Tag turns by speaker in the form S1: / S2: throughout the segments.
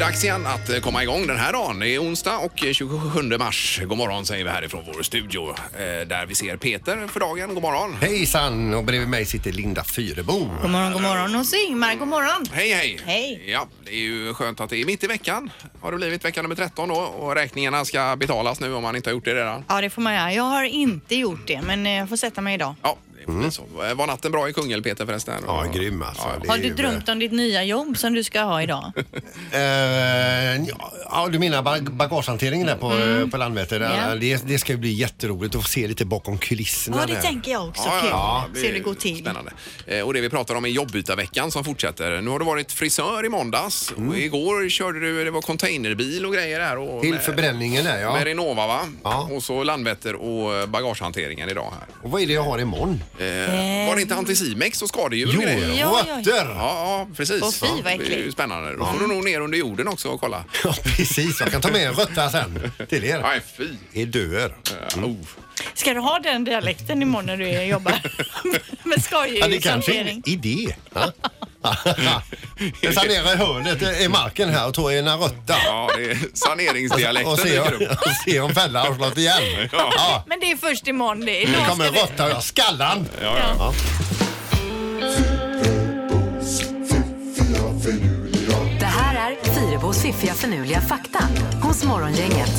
S1: dags igen att eh, komma igång den här dagen. Det är onsdag och eh, 27 mars. God morgon säger vi härifrån vår studio eh, där vi ser Peter för dagen. God morgon.
S2: Hejsan! Och bredvid mig sitter Linda Fyrebo.
S3: God morgon, god morgon. Och så Ingmar, god morgon.
S1: Hej, hej!
S3: Hej.
S1: Ja, det är ju skönt att det är mitt i veckan. Har det blivit vecka nummer 13 då och räkningarna ska betalas nu om man inte har gjort det redan.
S3: Ja, det får man göra. Jag har inte gjort det, men eh, jag får sätta mig idag.
S1: Ja, det får bli så. Eh, Var natten bra i Kungälv Peter förresten?
S2: Mm. Ja, grym alltså.
S1: Ja,
S2: Det
S3: Har
S2: är
S3: du
S2: ju-
S3: drömt om ditt nya jobb som du ska ha idag?
S2: Eh, ja, ja, du menar bag- bagagehanteringen där på, eh, på Landvetter?
S3: Mm. Ja.
S2: Det, det ska ju bli jätteroligt att få se lite bakom kulisserna.
S3: Ja, det
S2: där.
S3: tänker jag också.
S1: Ja, ja,
S3: Kul.
S1: ja, det
S3: Se
S1: blir
S3: hur det går till.
S1: Spännande. Eh, Och det vi pratar om är jobbytarveckan som fortsätter. Nu har du varit frisör i måndags
S2: Mm.
S1: och igår körde du, det var containerbil och grejer här. Och
S2: Till
S1: med-
S2: förbränningen där ja.
S1: Med Renova va?
S2: Ja.
S1: Och så Landvetter och eh, bagagehanteringen idag här.
S2: Och vad är det jag har imorgon?
S1: Eh, Var det inte antisimex och skadedjur och grejer?
S3: ja.
S2: rötter!
S1: Ja, ja, precis.
S3: Åh, fy,
S1: Ja,
S3: vad
S1: Det är ju
S3: äckligt.
S1: spännande. Då får du nog ner under jorden också och kolla.
S2: Ja, precis. Jag kan ta med en rötta sen till er.
S1: Nej, fy.
S2: Det dör.
S1: Eh, Oh.
S3: Ska du ha den dialekten imorgon när du jobbar med
S2: Ja, det kanske är en
S3: skojdjurshantering?
S2: idé. Ja. Jag sanerar i hörnet eh, i marken här och tar ena rötta.
S1: Ja, det är saneringsdialekten
S2: Och se,
S1: dyker
S2: om-
S1: upp.
S2: och se om fällan har slått igen.
S1: Ja.
S2: Ja.
S3: Men det är först imorgon. Det är
S2: Nu
S3: idag
S2: kommer en
S3: ska vi...
S2: råtta och jag skallar den.
S3: Ja.
S4: Det här är Fyrabos fiffiga förnuliga fakta hos Morgongänget.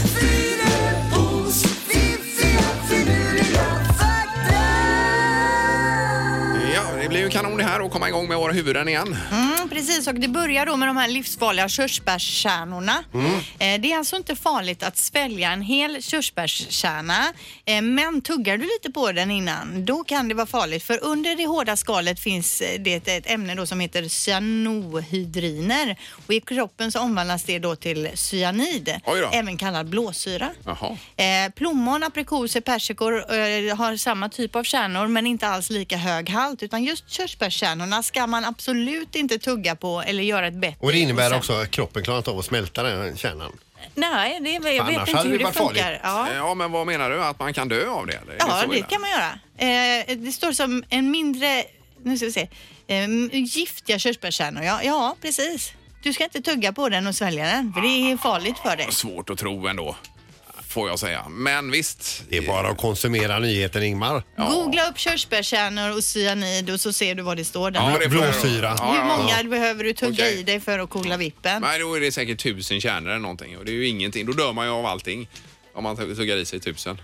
S1: Ja, det blir ju kanon det här och komma igång med våra huvuden igen.
S3: Mm, precis, och det börjar då med de här livsfarliga körsbärskärnorna.
S1: Mm.
S3: Eh, det är alltså inte farligt att svälja en hel körsbärskärna, eh, men tuggar du lite på den innan, då kan det vara farligt. För under det hårda skalet finns eh, det ett ämne då som heter cyanohydriner och i kroppen så omvandlas det då till cyanid,
S1: Oj då.
S3: även kallad blåsyra.
S1: Jaha.
S3: Eh, plommon, aprikoser, persikor eh, har samma typ av kärnor men inte alls lika hög halt utan just körsbärskärnorna ska man absolut inte tugga på eller göra ett bett
S2: Och det
S3: i.
S2: innebär
S3: sen-
S2: också att kroppen klarar inte av att smälta den kärnan.
S3: Nej, det, jag
S2: Annars
S3: vet inte
S2: hade
S3: hur
S2: det
S3: det
S2: varit
S3: funkar.
S2: farligt.
S3: Ja.
S1: Eh, Ja, men vad menar du? Att man kan dö av det? Eller? Är
S3: Ja,
S1: så
S3: det
S1: illa?
S3: kan man göra. Eh, det står som en mindre, nu ska vi se, eh, giftiga körsbärskärnor. Ja, ja, precis. Du ska inte tugga på den och svälja den för det är farligt för dig.
S1: Svårt att tro ändå, får jag säga. Men visst.
S2: Det är bara att konsumera nyheten Ingmar.
S3: Googla upp körsbärskärnor och cyanid och så ser du vad det står där.
S1: det får jag göra.
S2: Blåsyra.
S1: Ja,
S3: Hur
S1: ja, ja.
S3: många behöver du tugga
S1: Okej.
S3: i dig för att kolla vippen?
S1: Nej, då är det säkert tusen kärnor eller någonting och det är ju ingenting. Då dör man ju av allting. Om man tuggar i sig tusen.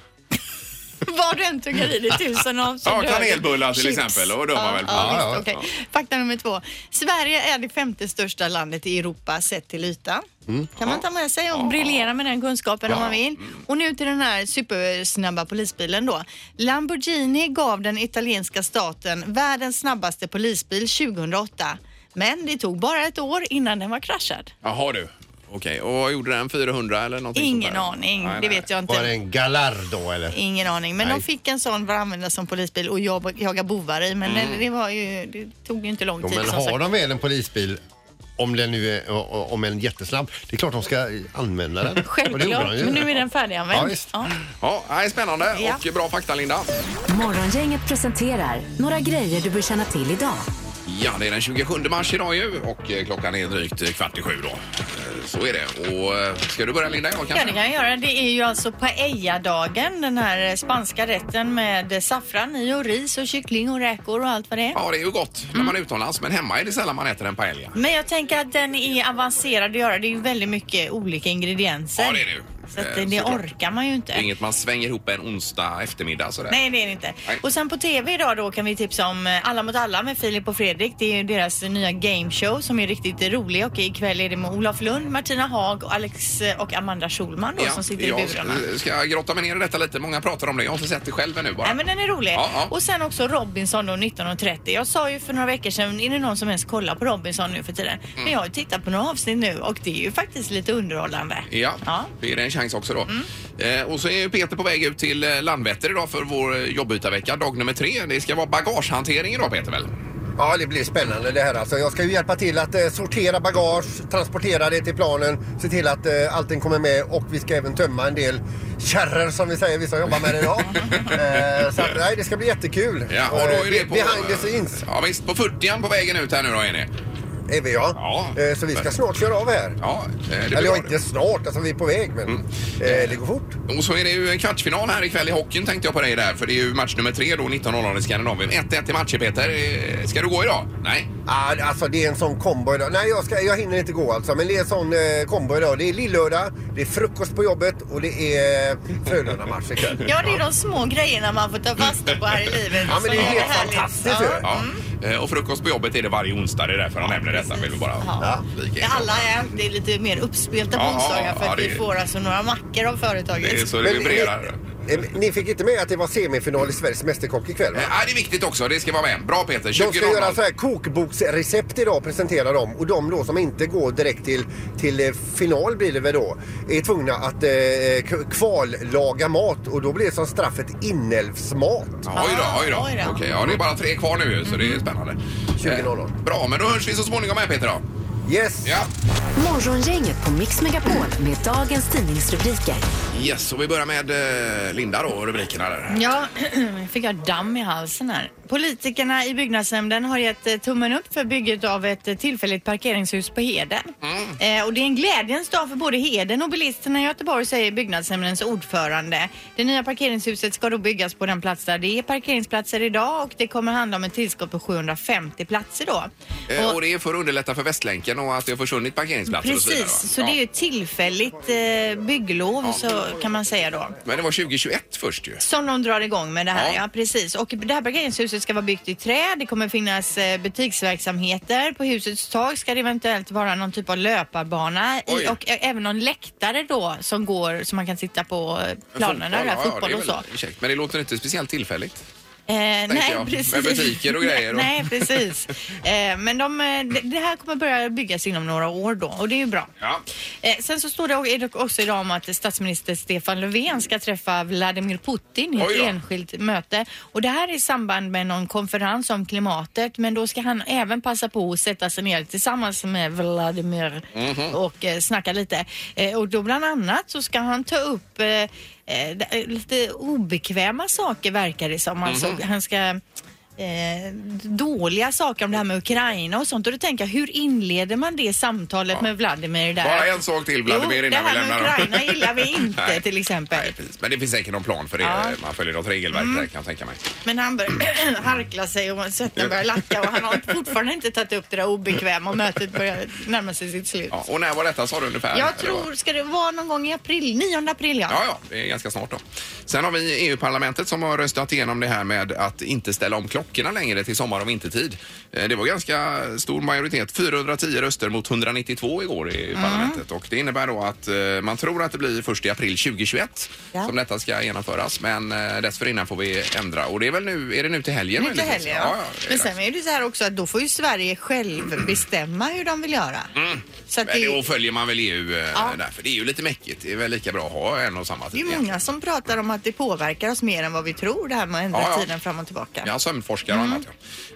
S3: Vad du än tuggar i dig tusen av så
S1: Ja,
S3: dör du.
S1: kanelbullar till
S3: Chips.
S1: exempel, och då var
S3: ja,
S1: väl på.
S3: ja,
S2: Ja,
S3: visst, okej. Fakta nummer två. Sverige är det femte största landet i Europa sett till ytan.
S1: Mm.
S3: Kan man ta med sig och briljera med den kunskapen om man vill. Och nu till den här supersnabba polisbilen då. Lamborghini gav den italienska staten världens snabbaste polisbil 2008. Men det tog bara ett år innan den var kraschad.
S1: Jaha du. Okej, och vad gjorde den? 400 eller någonting
S3: Ingen
S1: sånt där?
S3: aning,
S1: Nej,
S3: det
S1: nej.
S3: vet jag inte.
S2: Var det en gallardo eller?
S3: Ingen aning. Men
S2: Nej.
S3: de fick en sån för att använda som polisbil och jag, jaga bovar i. Men det, det, var ju, det tog ju inte lång
S2: Jo,
S3: tid
S2: men
S3: som
S2: har
S3: sagt.
S2: de väl en polisbil om den nu är o- o- om en jättesnabb, det är klart de ska använda den. Och det gjorde
S3: Självklart,
S2: de ju.
S3: men nu är den
S2: Ja,
S3: färdiganvänd.
S2: visst.
S3: Ja,
S1: Ja, nej, spännande
S3: Ja.
S1: och bra fakta Linda.
S4: Morgongänget presenterar några grejer du bör känna till idag.
S1: Ja, det är den 27 mars idag ju och eh, klockan är drygt eh, kvart i sju då. Eh, Så är det. Och eh, ska du börja Linda? Jag
S3: ja, det
S1: kanske?
S3: kan jag göra. Det är ju alltså paelladagen, den här spanska rätten med saffran i och ris och kyckling och räkor och allt vad det är.
S1: Ja, det är ju gott när
S3: Mm.
S1: man är utomlands men hemma är det sällan man äter en paella.
S3: Men jag tänker att den är avancerad att göra. Det är ju väldigt mycket olika ingredienser.
S1: Ja, det är det ju.
S3: Så att det,
S1: Eh,
S3: det
S1: såklart.
S3: orkar man ju inte.
S1: Det är inget man svänger ihop en onsdag eftermiddag sådär.
S3: Nej, det är det inte.
S1: Nej.
S3: Och sen på TV idag då kan vi tipsa om eh, Alla mot alla med Filip och Fredrik. Det är ju deras nya game show som är riktigt rolig och ikväll är det med Olof Lund, Martina Haag och Alex eh, och Amanda Schulman då
S1: Ja,
S3: som sitter i
S1: jag
S3: burarna.
S1: s- ska grotta mig ner i detta lite. Många pratar om det. Jag har inte sett det själv ännu bara.
S3: Nej men den är rolig.
S1: Ja, ja.
S3: Och sen också Robinson då 1930. Jag sa ju för några veckor sedan, är det någon som ens kollar på Robinson nu för tiden?
S1: Mm.
S3: Men jag har ju tittat på några avsnitt nu och det är ju faktiskt lite underhållande.
S1: Ja,
S3: Ja. Mm.
S1: det är en chans också då. Eh, och så är ju Peter på väg ut till eh, Landvetter idag för vår eh, jobbytarvecka, dag nummer tre. Det ska vara bagagehantering idag Peter väl?
S2: Ja, det blir spännande det här alltså. Jag ska ju hjälpa till att eh, sortera bagage, transportera det till planen, se till att eh, allting kommer med och vi ska även tömma en del kärror som vi säger, vi som jobbar med det idag. eh, så att, nej, det ska bli jättekul.
S1: Ja, och då är
S2: Eh,
S1: det på...
S2: Behind the scenes.
S1: Ja, visst, på 40 på vägen ut här nu då är ni.
S5: är vi ja.
S1: Ja.
S5: Eh, Så vi ska snart köra av här.
S1: Ja, eh, det blir
S5: Eller ja,
S1: bra Mm.
S5: inte snart, alltså vi är på väg men eh, det går fort.
S1: det. Och så är det ju kvartsfinal här ikväll i hockeyn tänkte jag på dig där. För det är ju match nummer tre då, 19.00 i Skandinavien. 1-1 i matcher Peter. Eh, Ska du gå idag? Nej?
S5: Ah, alltså det är en sån kombo idag. Nej, jag, ska, jag hinner inte gå alltså. Men det är en sån eh, kombo idag. Det är lillördag, det är frukost på jobbet och det är Frölunda-match ikväll.
S3: Ja, det är de små grejerna man får ta fasta på här i livet.
S5: Ja, men det är
S3: som
S5: helt
S3: härligt.
S5: fantastiskt
S3: Ja.
S5: ju.
S1: Ja. Eh, Och frukost på jobbet är det varje onsdag. Det är därför han nämner detta. Vill vi bara
S3: Ja.
S1: flika in.
S3: Alla är alltid lite mer uppspelta på
S1: Ja,
S3: onsdagar för
S1: ja,
S3: att
S1: det-
S3: vi får alltså några mackor av företaget.
S1: Det är så det
S5: Men
S1: vibrerar.
S5: ni, eh, ni fick inte med att det var semifinal i Sveriges Mästerkock ikväll va?
S1: Eh, Ja, det är viktigt också. Det ska vara med. Bra Peter.
S5: De
S1: 20.00.
S5: ska göra så här kokboksrecept idag och presentera dem och de då som inte går direkt till, till eh, final blir det väl då är tvungna att eh, k- kvallaga mat och då blir det som straffet inälvsmat.
S1: Ja, oj då, oj då.
S3: Ah, oj då. Mm.
S1: Okej, ja, det är bara tre kvar nu så det är spännande.
S5: 20.00.
S1: Eh, Bra, men då hörs vi så småningom här Peter då.
S5: Yes!
S1: Ja.
S4: Morgongänget på Mix Megapol med dagens tidningsrubriker.
S1: Yes, och vi börjar med eh, Linda då och rubrikerna där.
S3: Ja, fick jag damm i halsen här. Politikerna i byggnadsnämnden har gett eh, tummen upp för bygget av ett eh, tillfälligt parkeringshus på Heden.
S1: Mm.
S3: Eh, och det är en glädjens dag för både Heden och bilisterna i Göteborg säger byggnadsnämndens ordförande. Det nya parkeringshuset ska då byggas på den plats där det är parkeringsplatser idag och det kommer handla om ett tillskott på 750 platser då.
S1: Eh, och det är för att underlätta för Västlänken och att det har försvunnit parkeringsplatser och så vidare.
S3: Precis,
S1: va?
S3: så
S1: Ja.
S3: det är ju ett tillfälligt eh, bygglov så kan man säga då.
S1: Men det var 2021 först ju.
S3: Som de drar igång med det här,
S1: Ja.
S3: ja. precis. Och det här parkeringshuset ska vara byggt i trä. Det kommer finnas eh, butiksverksamheter. På husets tak ska det eventuellt vara någon typ av löparbana
S1: Oj.
S3: i, och ä- även någon läktare då som går som man kan sitta på eh, planerna där,
S1: ja,
S3: fotboll
S1: ja,
S3: och
S1: det är
S3: så.
S1: väl käckt, Men det låter inte speciellt tillfälligt.
S3: Eh, nej,
S1: jag.
S3: precis.
S1: Med butiker och grejer och-
S3: nej, precis. Eh, men de, eh, det- det här kommer börja byggas inom några år då och det är ju bra.
S1: Ja.
S3: Eh, sen så står det o- är det också idag om att statsminister Stefan Löfven ska träffa Vladimir Putin i
S1: Oj
S3: ett
S1: då.
S3: enskilt möte. Och det här är i samband med någon konferens om klimatet men då ska han även passa på att sätta sig ner tillsammans med Vladimir
S1: Mhm.
S3: och eh, snacka lite. Eh, och då bland annat så ska han ta upp eh, eh, d- eh, lite obekväma saker verkar det som. Alltså,
S1: Mhm.
S3: han ska eh, dåliga saker om det här med Ukraina och sånt. Och då tänker jag, hur inleder man det samtalet med Vladimir där?
S1: Bara en sak till, Vladimir,
S3: jo,
S1: innan vi lämnar
S3: det
S1: dem.
S3: här med Ukraina gillar vi inte
S1: Nej.
S3: till exempel.
S1: Nej, precis. Men det finns säkert någon plan för det.
S3: Ja. Mm.
S1: Man följer något regelverk där kan jag tänka mig.
S3: Men han börjar harkla sig och svetten börjar lacka och han har fortfarande inte tagit upp det där obekväma och mötet börjar närma sig sitt slut.
S1: Ja, och när var detta sa du ungefär?
S3: Jag
S1: Eller vad?
S3: tror, ska det vara någon gång i april? 9 april ja.
S1: Ja, ja, det är ganska snart då. Sen har vi EU-parlamentet som har röstat igenom det här med att inte ställa om klockorna längre till sommar och vintertid. Eh, Det var ganska stor majoritet, 410 röster mot 192 igår i
S3: Mm.
S1: EU-parlamentet. Och det innebär då att eh, man tror att det blir först i april 2021
S3: Ja.
S1: som detta ska genomföras. Men eh, dessförinnan får vi ändra. Och det är väl nu, är det nu till helgen?
S3: Nu till
S1: möjligtvis?
S3: helgen ja.
S1: det är
S3: Men
S1: dags.
S3: sen är det så här också att då får ju Sverige själv bestämma hur de vill göra. Så att
S1: Mm. Men
S3: det,
S1: då följer man väl EU eh,
S3: Ja.
S1: där, för det är ju lite mäckigt. Det är väl lika bra att ha en och samma tid.
S3: Det är ju
S1: egentligen.
S3: många som pratar om att det påverkar oss mer än vad vi tror det här med att ändra
S1: Ja, ja.
S3: tiden fram och tillbaka.
S1: Ja, sömnforskare
S3: Mm.
S1: och annat.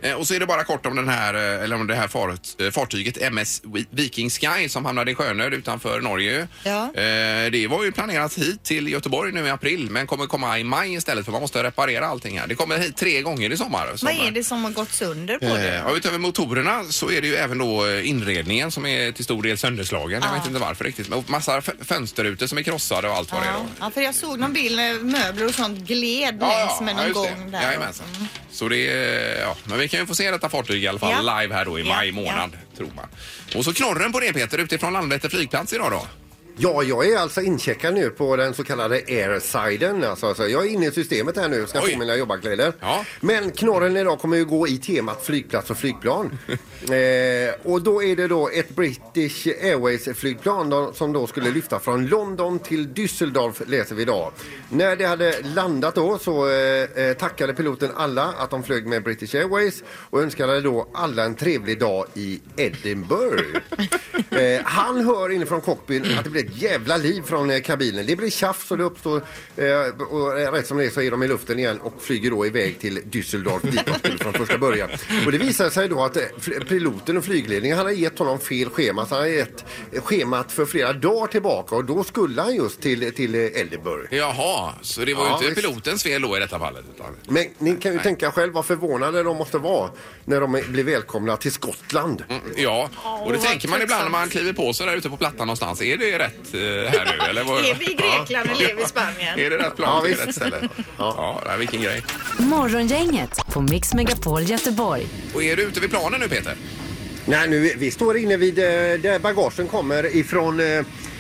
S1: Ja. Eh, Och så är det bara kort om, den här, eh, eller om det här fart- eh, fartyget MS Viking Sky som hamnade i sjönöd utanför Norge.
S3: Ja.
S1: Eh, Det var ju planerat hit till Göteborg nu i april men kommer komma i maj istället för man måste reparera allting här. Det kommer hit tre gånger i sommar.
S3: Vad
S1: Som-
S3: är det som har gått sönder på det?
S1: Eh, Ja, utöver motorerna så är det ju även då eh, inredningen som är till stor del sönderslagen. Jag vet inte varför riktigt. Men massa f- fönsterrutor som är krossade och allt vad det är.
S3: Ja.
S1: då.
S3: ja, för jag såg någon bild när möbler och sånt gled längs med
S1: just
S3: någon
S1: det.
S3: gång där. Mm.
S1: Jajamensan. Så det är, ja, men vi kan ju få se detta fartyg i alla fall
S3: Ja.
S1: live här då i
S3: Ja,
S1: maj
S3: ja.
S1: månad, tror man. Och så knorren på det Peter, utifrån Landvetter flygplats idag då.
S5: Ja, jag är alltså incheckad nu på den så kallade airsiden. Alltså, alltså, jag är inne i systemet här nu och ska
S1: Oj.
S5: få mina jobbarkläder.
S1: Ja.
S5: Men knorren idag kommer ju gå i temat flygplats och flygplan. eh, och då är det då ett British Airways-flygplan då- som då skulle lyfta från London till Düsseldorf läser vi idag. När det hade landat då så eh, eh, tackade piloten alla att de flög med British Airways och önskade då alla en trevlig dag i Edinburgh. eh, han hör inifrån cockpiten att det blir ett jävla liv från eh, kabinen. Det blir tjafs och det uppstår... Eh, och eh, rätt som det är så är de i luften igen och flyger då iväg till Düsseldorf dit de skulle från första början. Och det visar sig då att eh, fl- piloten och flygledningen han har gett honom fel schema. Så han har gett eh, schemat för flera dagar tillbaka och då skulle han just till, till eh, Edinburgh.
S1: Jaha, så det var ju
S5: Ja,
S1: inte
S5: visst.
S1: pilotens fel då i detta fallet? Utan...
S5: Men ni kan ju
S1: Nej.
S5: tänka själv vad förvånade de måste vara när de blir välkomna till Skottland.
S1: Ja, och det
S3: vad
S1: tänker man ibland när
S3: tröttsamt. man
S1: man kliver på sig där ute på plattan någonstans. Är det rätt eh, här nu eller?
S3: Är vi i Grekland eller är vi i Spanien?
S1: Är det rätt
S5: Ja,
S1: plan? Ja,
S5: visst.
S1: rätt ställe? Ja, nej, vilken grej.
S4: Morgongänget på Mix Megapol Göteborg.
S1: Och är du ute vid planen nu Peter?
S5: Nej, nu, vi står inne vid eh, där bagagen kommer ifrån, eh,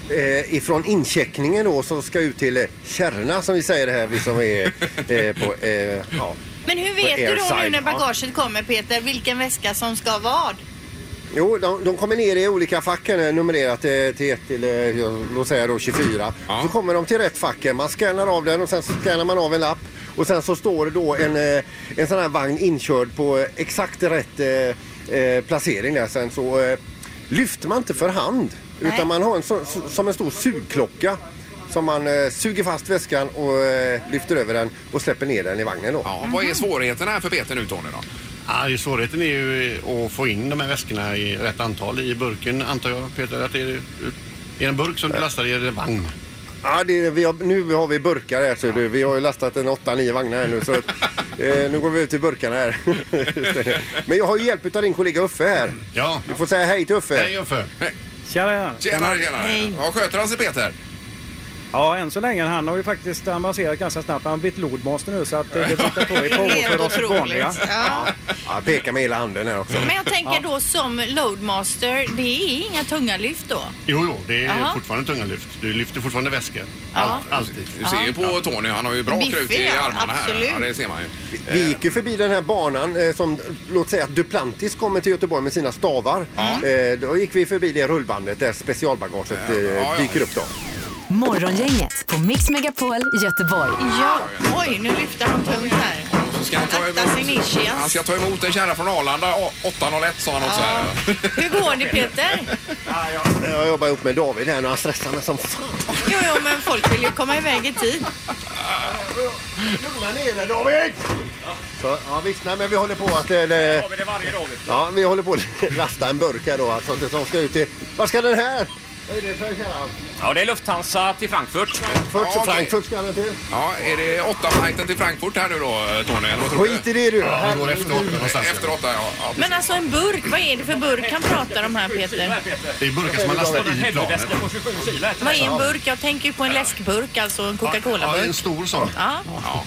S5: eh, ifrån incheckningen då som ska ut till eh, Kärna som vi säger här, vi som är eh, på... Eh, ja.
S3: Men hur
S5: På
S3: vet du då nu
S5: airside,
S3: när
S5: ja.
S3: bagaget kommer Peter vilken väska som ska vad?
S5: Jo, de, de kommer ner i olika fack här, eh, numrerat eh, till, ett till eh, jag- låt säga då 24.
S1: Ja.
S5: Så kommer de till rätt fack. eh, Man scannar av den och sen så scannar man av en lapp. Och sen så står det då en, eh, en sån här vagn inkörd på eh, exakt rätt eh, eh, placering där. Sen så eh, lyfter man inte för hand.
S3: Nej.
S5: Utan man har en så, så- som en stor sugklocka. Som man eh, suger fast väskan och eh, lyfter över den och släpper ner den i vagnen då.
S1: Ja, vad är svårigheterna här för Peter nu Tony då?
S2: Ja, ju svårigheten är ju att få in de här väskorna i rätt antal i burken antar jag Peter att det är i en burk som du lastar i eller vagn.
S5: Ja, det, vi har, nu har vi burkar här så du. Vi har ju lastat en 8-9 vagnar här nu så att, eh, nu går vi ut till burkarna här. Men jag har ju hjälp av din kollega Uffe här.
S2: Ja.
S5: Du får säga hej till Uffe.
S2: Nej, jag för.
S6: Tjena!
S1: Tjenare, tjenare.
S3: Hej.
S1: Ja, sköter han sig Peter?
S6: Ja, än så länge. Han har ju faktiskt avancerat ganska snabbt. Han har blivit lordmaster nu så att eh, det tittar på i
S3: Det
S6: ett par
S3: är
S6: år
S3: helt
S6: för oss vanliga.
S3: otroligt. Ja.
S5: Ja, peka med hela handen här också.
S3: Men jag tänker då som loadmaster, det är inga tunga lyft då?
S2: Jo, jo, det är
S3: Jaha.
S2: fortfarande tunga lyft. Du lyfter fortfarande väskor.
S3: Ja.
S2: Allt, alltid.
S1: Du ser ju på Tony, han har ju bra
S3: Biffig,
S1: krut i
S3: ja,
S1: armarna här.
S3: absolut.
S1: Ja, det ser man ju.
S5: Vi gick ju förbi den här banan eh, som, låt säga att Duplantis kommer till Göteborg med sina stavar. Eh, då gick vi förbi det rullbandet där specialbagaget eh,
S1: Ja, ja.
S5: dyker upp då.
S4: Morgongänget på Mix Megapol Göteborg.
S3: Ja, oj nu lyfter han tungt här.
S1: Så ska han, ta
S3: Akta sin
S1: emot, han
S3: ischias.
S1: ska ta emot en kärra från Arlanda, Å- 8.01 sa han också
S3: Ja.
S1: här.
S3: Hur går det Peter?
S5: Jag jobbar ihop med David här nu. Han stressar mig som fan.
S3: Jo, jo, men folk vill ju komma iväg i tid.
S5: Lugna ner dig David! Så, ja visst, nej, men vi håller på att... Eller, ja, vi håller på att lasta en burk här då. Alltså, inte som ska ut till... Vad ska den här? Vad är det för kärran?
S7: Ja, det är Lufthansa till Frankfurt.
S5: Först till
S1: okej.
S5: Frankfurt ska den till.
S1: Ja, är det 8-flighten till Frankfurt här nu då Tony? Eller vad tror du?
S5: Skit i det du!
S2: Ja, det går efteråt någonstans.
S1: Efter 8 ja. ja.
S3: Men alltså en burk, vad är det för burk han pratar om här Peter?
S2: Det är burkar som man lastar i planet.
S7: Helveväska på 27 kilo.
S3: Vad är en burk? Jag tänker ju på en läskburk, alltså en
S2: Ja, en
S3: Coca-Cola-burk.
S2: stor sån.
S3: Ja.
S1: Ja.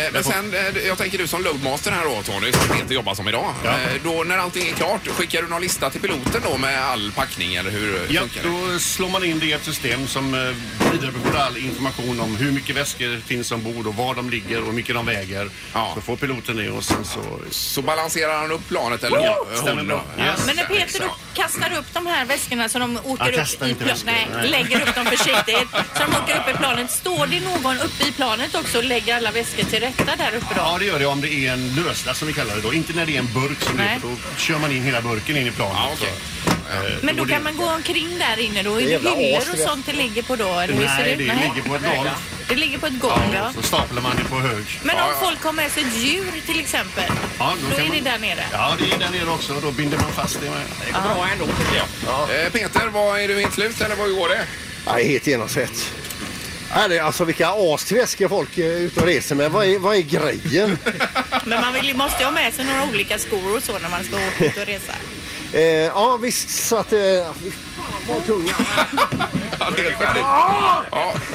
S1: Eh, Men sen, eh, jag tänker du som loadmaster här då Tony, som Peter jobbar som idag.
S2: Ja.
S1: Eh, Då när allting är klart, skickar du någon lista till piloten då med all packning eller hur
S2: Ja,
S1: funkar det?
S2: då slår man in det i ett system som eh, vidarebefordrar all information om hur mycket väskor finns ombord och var de ligger och hur mycket de väger.
S1: Ja.
S2: Så får piloten det och sen så...
S1: Så balanserar han upp planet eller
S2: Ja,
S1: hon?
S2: stämmer bra.
S1: Ja.
S2: Yes.
S3: Men när Peter då
S1: Exakt.
S3: kastar upp de här väskorna så de åker
S2: Jag
S3: upp
S2: kastar
S3: i
S2: inte
S3: planet.
S2: väskor,
S3: Nej,
S2: nej.
S3: lägger upp dem försiktigt så de åker upp i planet. Står det någon uppe i planet också och lägger alla väskor till rätta där uppe då?
S2: Ja, det gör det om det är en löslast som vi kallar det då. Inte när det är en burk som det
S3: Nej.
S2: är, för då kör man in hela burken in i planet. eh,
S1: Ja, okej.
S3: Men då kan man gå omkring där inne då? Är det
S5: jävla
S3: hyllor
S5: as,
S3: och
S5: vet.
S3: sånt det ligger på då? Eller hur ser
S2: Nej,
S3: ut?
S2: det
S3: Nej.
S2: ligger på ett golv.
S3: det ligger på ett golv ja.
S2: Så staplar man det på hög.
S3: Men
S1: Ja,
S3: om
S1: ja.
S3: folk har med sig ett djur till exempel?
S2: Ja,
S3: då
S2: då kan
S3: är det
S2: man-
S3: där nere?
S2: Ja, det är där nere också. Då binder man fast det med.
S7: Det går bra ändå tycker jag.
S1: Eh, Peter, vad är du helt slut eller vad går det?
S5: Nej, helt genomsvett. Nej, det är Alltså vilka astväskor folk är ute och reser med. Vad är, vad är grejen?
S3: Men man vill, ju- måste ju ha med sig några olika skor och så när man ska åka ut och resa.
S5: eh, ja visst så att... Eh, fy fan vad tunga.
S1: Ja, det är helt färdigt. Ja,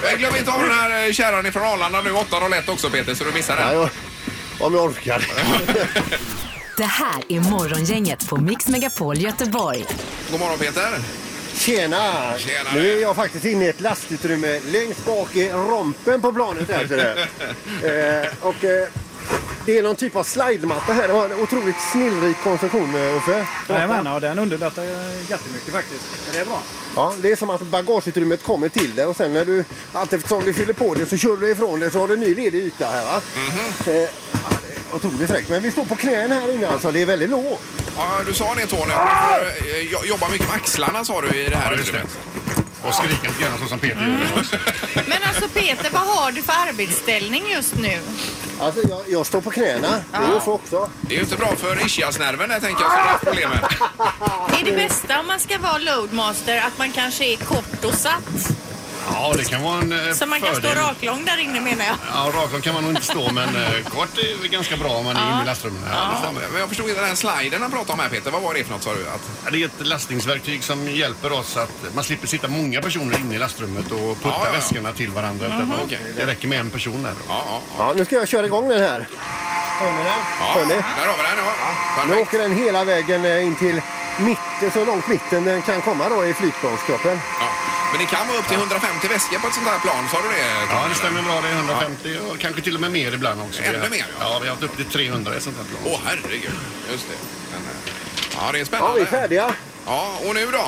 S1: eh, glöm inte av den här eh, kärran ifrån Arlanda nu 8.01 också Peter så du missar
S5: Ja,
S1: den.
S5: jag, om jag orkar.
S4: Det här är Morgongänget på Mix Megapol Göteborg.
S1: God morgon Peter.
S5: Tjena!
S1: Tjena.
S5: Nu är jag faktiskt inne i ett lastutrymme längst bak i rompen på planet här. ser du. eh, och, eh, det är någon typ av slidematta här. Det var en otroligt snillrik konstruktion eh, Uffe.
S6: Jajamän, ja, den underlättar eh, jättemycket faktiskt. Men Det är bra.
S5: Ja, det är som att bagageutrymmet kommer till dig och sen när du allt eftersom du fyller på det så kör du ifrån det så har du en ny ledig yta här va. Mm-hmm. Eh, ja, det är otroligt fräckt. Men vi står på knän här inne alltså. Det är väldigt lågt.
S1: Ja, du sa det Tony, att du får eh, jo- jobba mycket med axlarna sa du i det här
S2: Ja, just det.
S1: utrymmet.
S2: och skrika lite grann så som Peter
S3: Mm.
S2: gör.
S3: Men alltså Peter, vad har du för arbetsställning just nu?
S5: Alltså jag, jag står på knäna. Det är ju så också.
S1: Det är ju inte bra för ischiasnerven där tänker jag som har haft problem med.
S3: Är det bästa om man ska vara loadmaster att man kanske är kort och satt?
S2: Ja, det kan vara en eh,
S3: Så man kan
S2: fördel.
S3: stå raklång där inne menar jag.
S2: Ja, raklång kan man nog inte stå, men eh, kort är väl ganska bra om man är inne i lastrummet.
S1: Ja, men jag förstod inte den här sliden han pratade om här Peter. Vad var det för något sa du? Att,
S2: Ja, Det är ett lastningsverktyg som hjälper oss att man slipper sitta många personer inne i lastrummet och putta
S1: Ja, ja, ja.
S2: väskorna till varandra. utan man-
S1: Okej.
S2: Det räcker med en person där. då.
S1: ja, ja,
S5: Ja, nu ska jag köra igång den här. Hör ni den?
S1: ja.
S5: Hör ni?
S1: Där har vi den. Ja.
S5: Nu
S1: Perfekt.
S5: åker den hela vägen eh, in till mitten, så långt mitten den kan komma då i flygplanskroppen.
S1: Ja. Men det kan vara upp till 150 väskor på ett sånt här plan. Sa du det? Tommy,
S2: Ja, det
S1: eller?
S2: stämmer bra. Det är 150 och kanske till och med mer ibland också.
S1: Ännu
S2: Vi har-
S1: mer, ja.
S2: Ja, vi har haft upp till 300 i sånt här plan.
S1: Åh herregud. Just det. Men, eh, ja, det är
S5: Ja,
S1: spännande.
S5: vi är färdiga.
S1: Ja, och nu då?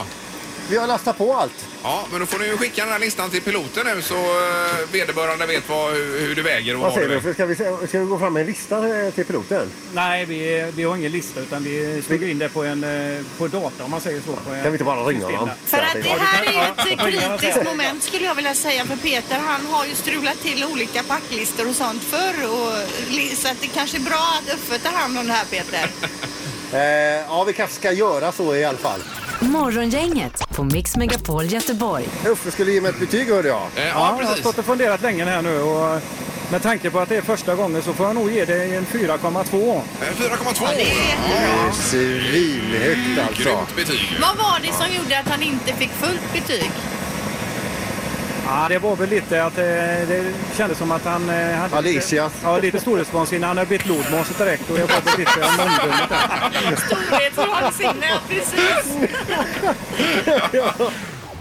S5: Vi har lastat på allt.
S1: Ja, men då får du ju skicka den här listan till piloten nu så eh, vederbörande vet vad, hur, hur du väger och
S5: Vad
S1: du
S5: säger du?
S1: väger.
S5: För Ska vi, se- ska vi gå fram med en lista eh, till piloten?
S6: Nej, vi, vi har ingen lista utan vi slog in det på en eh, på data om man säger så. På en,
S5: Kan vi inte bara ringa
S6: system
S5: honom?
S6: där.
S3: För att det här är
S6: Ja,
S3: ju ett
S6: ja, ja.
S3: kritiskt moment skulle jag vilja säga för Peter han har ju strulat till olika packlistor och sånt förr och, li- så att det kanske är bra att Uffe tar hand om det här Peter.
S5: Eh, ja, vi kanske ska göra så i alla fall.
S4: Morgongänget på Mix Megapol Göteborg.
S5: Uffe skulle ge mig ett betyg hörde jag.
S1: Eh,
S6: Ja,
S1: ja,
S6: jag har
S1: precis.
S6: stått och funderat länge här nu och med tanke på att det är första gången så får jag nog ge dig en 4,2.
S1: Eh, 4,2.
S3: Ja, det är jättebra.
S5: Det är Svinhögt alltså.
S1: Grymt betyg.
S3: Vad var det som gjorde att han inte fick fullt betyg?
S6: Ja, det var väl lite att eh, det kändes som att han eh, hade
S5: Alicia.
S6: lite, ja, lite storhetsvansinne. Han har blivit lodmonster direkt och jag var väl lite om omdömet där.
S3: Storhetsvansinne, ja precis.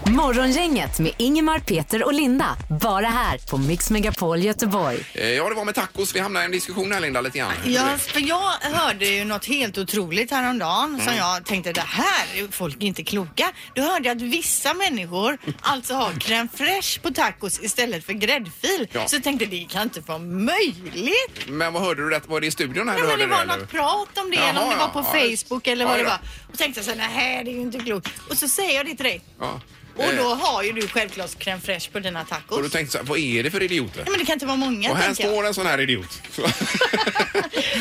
S4: Morgongänget med Ingemar, Peter och Linda. Bara här på Mix Megapol Göteborg.
S1: Eh, Ja, det var med tacos vi hamnade i en diskussion här Linda lite grann.
S3: Ja, för jag hörde ju något helt otroligt häromdagen som
S1: Mm.
S3: jag tänkte det här är folk inte kloka. Då hörde jag att vissa människor alltså har crème fraîche på tacos istället för gräddfil.
S1: Ja.
S3: Så jag tänkte det kan inte vara möjligt.
S1: Men vad hörde du rätt? Var det i studion här
S3: Nej,
S1: du
S3: men
S1: hörde
S3: det var
S1: eller?
S3: något prat om det eller om
S1: Jaha,
S3: det var på
S1: ja, ja,
S3: Facebook eller
S1: Ja,
S3: vad det
S1: ja.
S3: var. Och tänkte jag så här, nej det är ju inte klokt. Och så säger jag det till dig.
S1: Ja.
S3: Och
S1: Eh,
S3: då har ju du självklart crème fraîche på dina tacos.
S1: Och du tänkte så här, vad är det för idioter?
S3: Nej, men det kan inte vara många
S1: och här
S3: tänker jag.
S1: står en sån här idiot.
S3: Så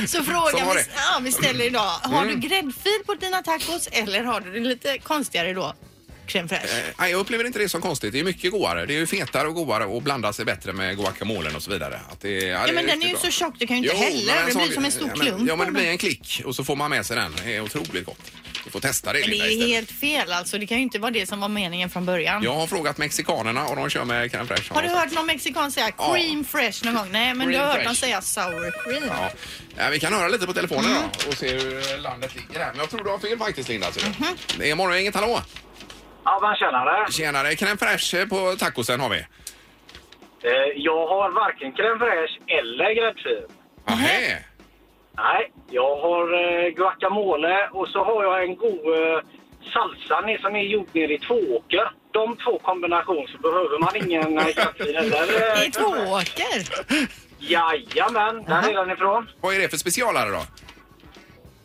S1: Som
S3: frågan
S1: var
S3: vi,
S1: det. Mm.
S3: ja, vi ställer idag. Har du gräddfil på dina tacos eller har du det lite konstigare då? Crème fraîche.
S1: Nej, jag upplever inte det som konstigt. Det är mycket godare. Det är ju fetare och godare och blandar sig bättre med guacamolen och så vidare. Att det, ja, det
S3: Ja, men den är ju
S1: riktigt bra.
S3: så tjock, du kan ju inte hälla
S1: men en
S3: den. Det
S1: sån-
S3: blir som en stor
S1: ja, Men,
S3: klump.
S1: ja, men det
S3: bara.
S1: blir en klick och så får man med sig den. Det är otroligt gott. Du får testa det,
S3: Men det
S1: Linda,
S3: är
S1: istället.
S3: helt fel alltså. Det kan ju inte vara det som var meningen från början.
S1: Jag har frågat mexikanerna och de kör med crème fraîche.
S3: Har du hört någon mexikan säga
S1: Ja.
S3: cream fresh någon gång? Nej, men du
S1: Cream
S3: har hört
S1: fresh.
S3: dem säga sour cream.
S1: Ja. Ja, vi kan höra lite på telefonen
S3: Mm.
S1: då och se hur landet ligger här. Men jag tror du har fel faktiskt Linda. ser du.
S3: Mhm.
S1: Det är morgongänget, hallå!
S8: Ja, man tjänare.
S1: Tjenare, crème fraîche på tacosen har vi.
S3: Mhm.
S8: Eh, jag har varken crème fraîche eller gräddfil.
S1: Ahä.
S8: Nej, jag har eh, guacamole och så har jag en god eh, salsa ner- som är gjord nere i Tvååker. De två kombinationer så behöver man ingen eh, gräddfil eller... eh,
S3: Det är två åker.
S8: Jajamän, där är den ifrån.
S1: Vad är det för specialare då?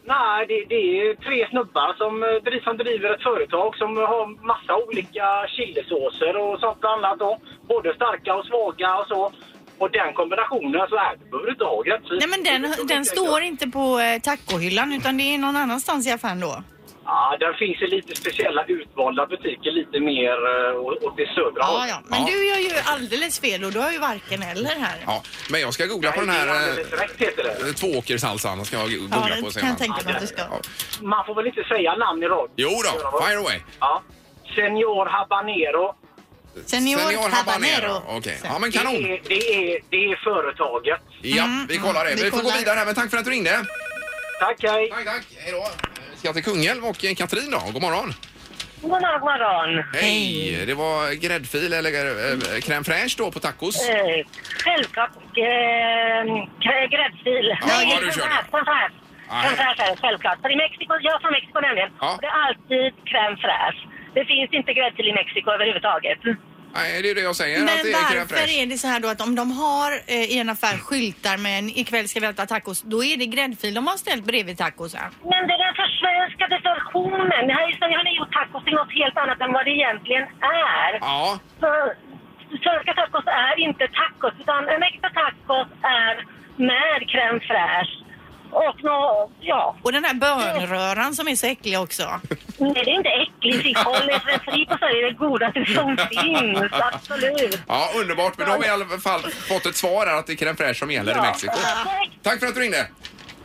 S8: Nej, det, det är tre snubbar som, eh, driv- som driver ett företag som har massa olika chilisåser och sånt annat då. Både starka och svaga och så. Och den kombinationen, så här, du behöver du inte ha gräddfil.
S3: Nej, men den, den står inte på eh, tacohyllan utan det är någon annanstans i affären då.
S8: Ja, den finns i lite speciella utvalda butiker, lite mer eh, å- åt det södra
S3: Ja, ja. Men
S1: Ja.
S3: du gör ju alldeles fel och du har ju varken eller här.
S1: Ja, men jag ska googla på den
S8: Nej, det är
S1: här
S8: alldeles rätt heter det.
S1: eh, tvååkerssalsan. Ska jag
S3: Ja,
S1: googla på
S3: det
S1: och se
S3: kan
S1: om
S3: jag
S1: den-
S3: tänka mig att du ska.
S1: Ja.
S8: Man får väl inte säga namn i radio?
S1: Jo då, fire away.
S8: Ja. Senior Habanero.
S3: Senior, habanero. Mm.
S1: Okej, ja men
S8: Det
S1: kanon.
S8: är, det, är, det är företaget.
S1: Ja, vi kollar det.
S3: mm, vi
S1: Vi får gå
S3: kollar.
S1: vidare här, men tack för att du ringde.
S8: Tack, hej!
S1: Tack, tack. Hej då. Vi ska till Kungälv och eh, Katrin då. God morgon.
S9: God morgon, god morgon.
S1: Hej! Det var gräddfil eller eh, crème fraîche då på tacos.
S9: Eh, självklart eh, gr- gräddfil.
S1: Ja,
S9: Nej,
S1: du kör
S9: crème
S1: det.
S9: fraîche.
S1: Nej.
S9: Crème fraîche är det, självklart. För i Mexiko, jag är från Mexiko nämligen.
S1: Ja.
S9: Och det är alltid crème fraîche. Det finns inte gräddfil i Mexiko överhuvudtaget.
S1: Nej, det är det jag säger. att
S3: Men
S1: det är crème
S3: varför
S1: fraîche.
S3: är det så här då att om de har eh, i en affär skyltar med en ikväll ska vi äta tacos, då är det gräddfil de har ställt bredvid tacosen.
S8: Men det är den försvenskade versionen. Här i Sverige har ni gjort tacos till något helt annat än vad det egentligen är.
S1: Ja,
S8: För svenska tacos är inte tacos, utan en äkta tacos är med crème fraîche. Och nå, ja.
S3: Och den här bönröran som är så äcklig också.
S8: Nej, det är inte äckligt. Fick håll i Fredrik och säger det godaste som finns. Absolut.
S1: ja, underbart. Men då har vi i alla fall fått ett svar här att det är crème fraîche som gäller i Mexiko.
S8: Tack,
S1: Tack för att du ringde.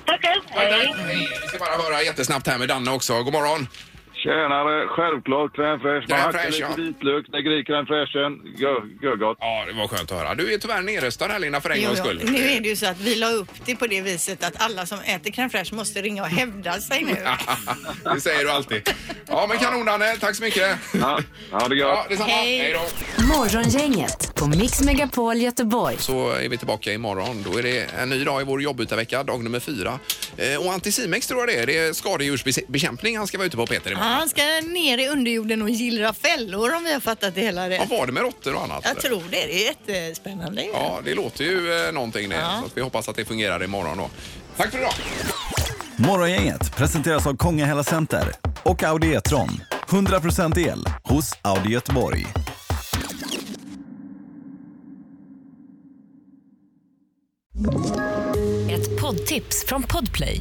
S8: tack själv. Hej.
S1: Hej. Vi ska bara höra jättesnabbt här med Danne också. God morgon.
S5: Tjenare! Självklart crème fraîche. Man
S1: Crème
S5: hackar
S1: fraîche,
S5: lite
S1: ja.
S5: vitlök, lägger i crème fraîchen. Gö- Görgott.
S1: Ja, det var skönt att höra. Du är tyvärr nerröstad här Linda för en
S3: Jo,
S1: gångs
S3: jo.
S1: skull.
S3: Nu är det ju så att vi la upp det på det viset att alla som äter crème fraîche måste ringa och hävda sig nu.
S1: det säger du alltid. Ja, men kanon Danne. Tack så mycket.
S5: Ja, ha det gött.
S1: Ja, detsamma.
S3: Hej.
S1: Hej då.
S4: Morgongänget på Mix Megapol Göteborg.
S1: så är vi tillbaka imorgon. Då är det en ny dag i vår jobbytarvecka, dag nummer fyra. Eh, och Anticimex tror jag det är. Det är skadedjursbekämpning han ska vara ute på Peter
S3: Ja,
S1: imorgon.
S3: Han ska ner i underjorden och gillra fällor om vi har fattat det hela rätt.
S1: Vad var det med råttor och annat?
S3: Jag tror det. Det är jättespännande. ju.
S1: Ja, det låter ju eh, någonting det. Så att vi hoppas att det fungerar imorgon då. Tack för idag!
S6: Morgongänget presenteras av Konga Hela Center och Audi E-tron. 100% el hos Audi Göteborg.
S4: Ett poddtips från Podplay.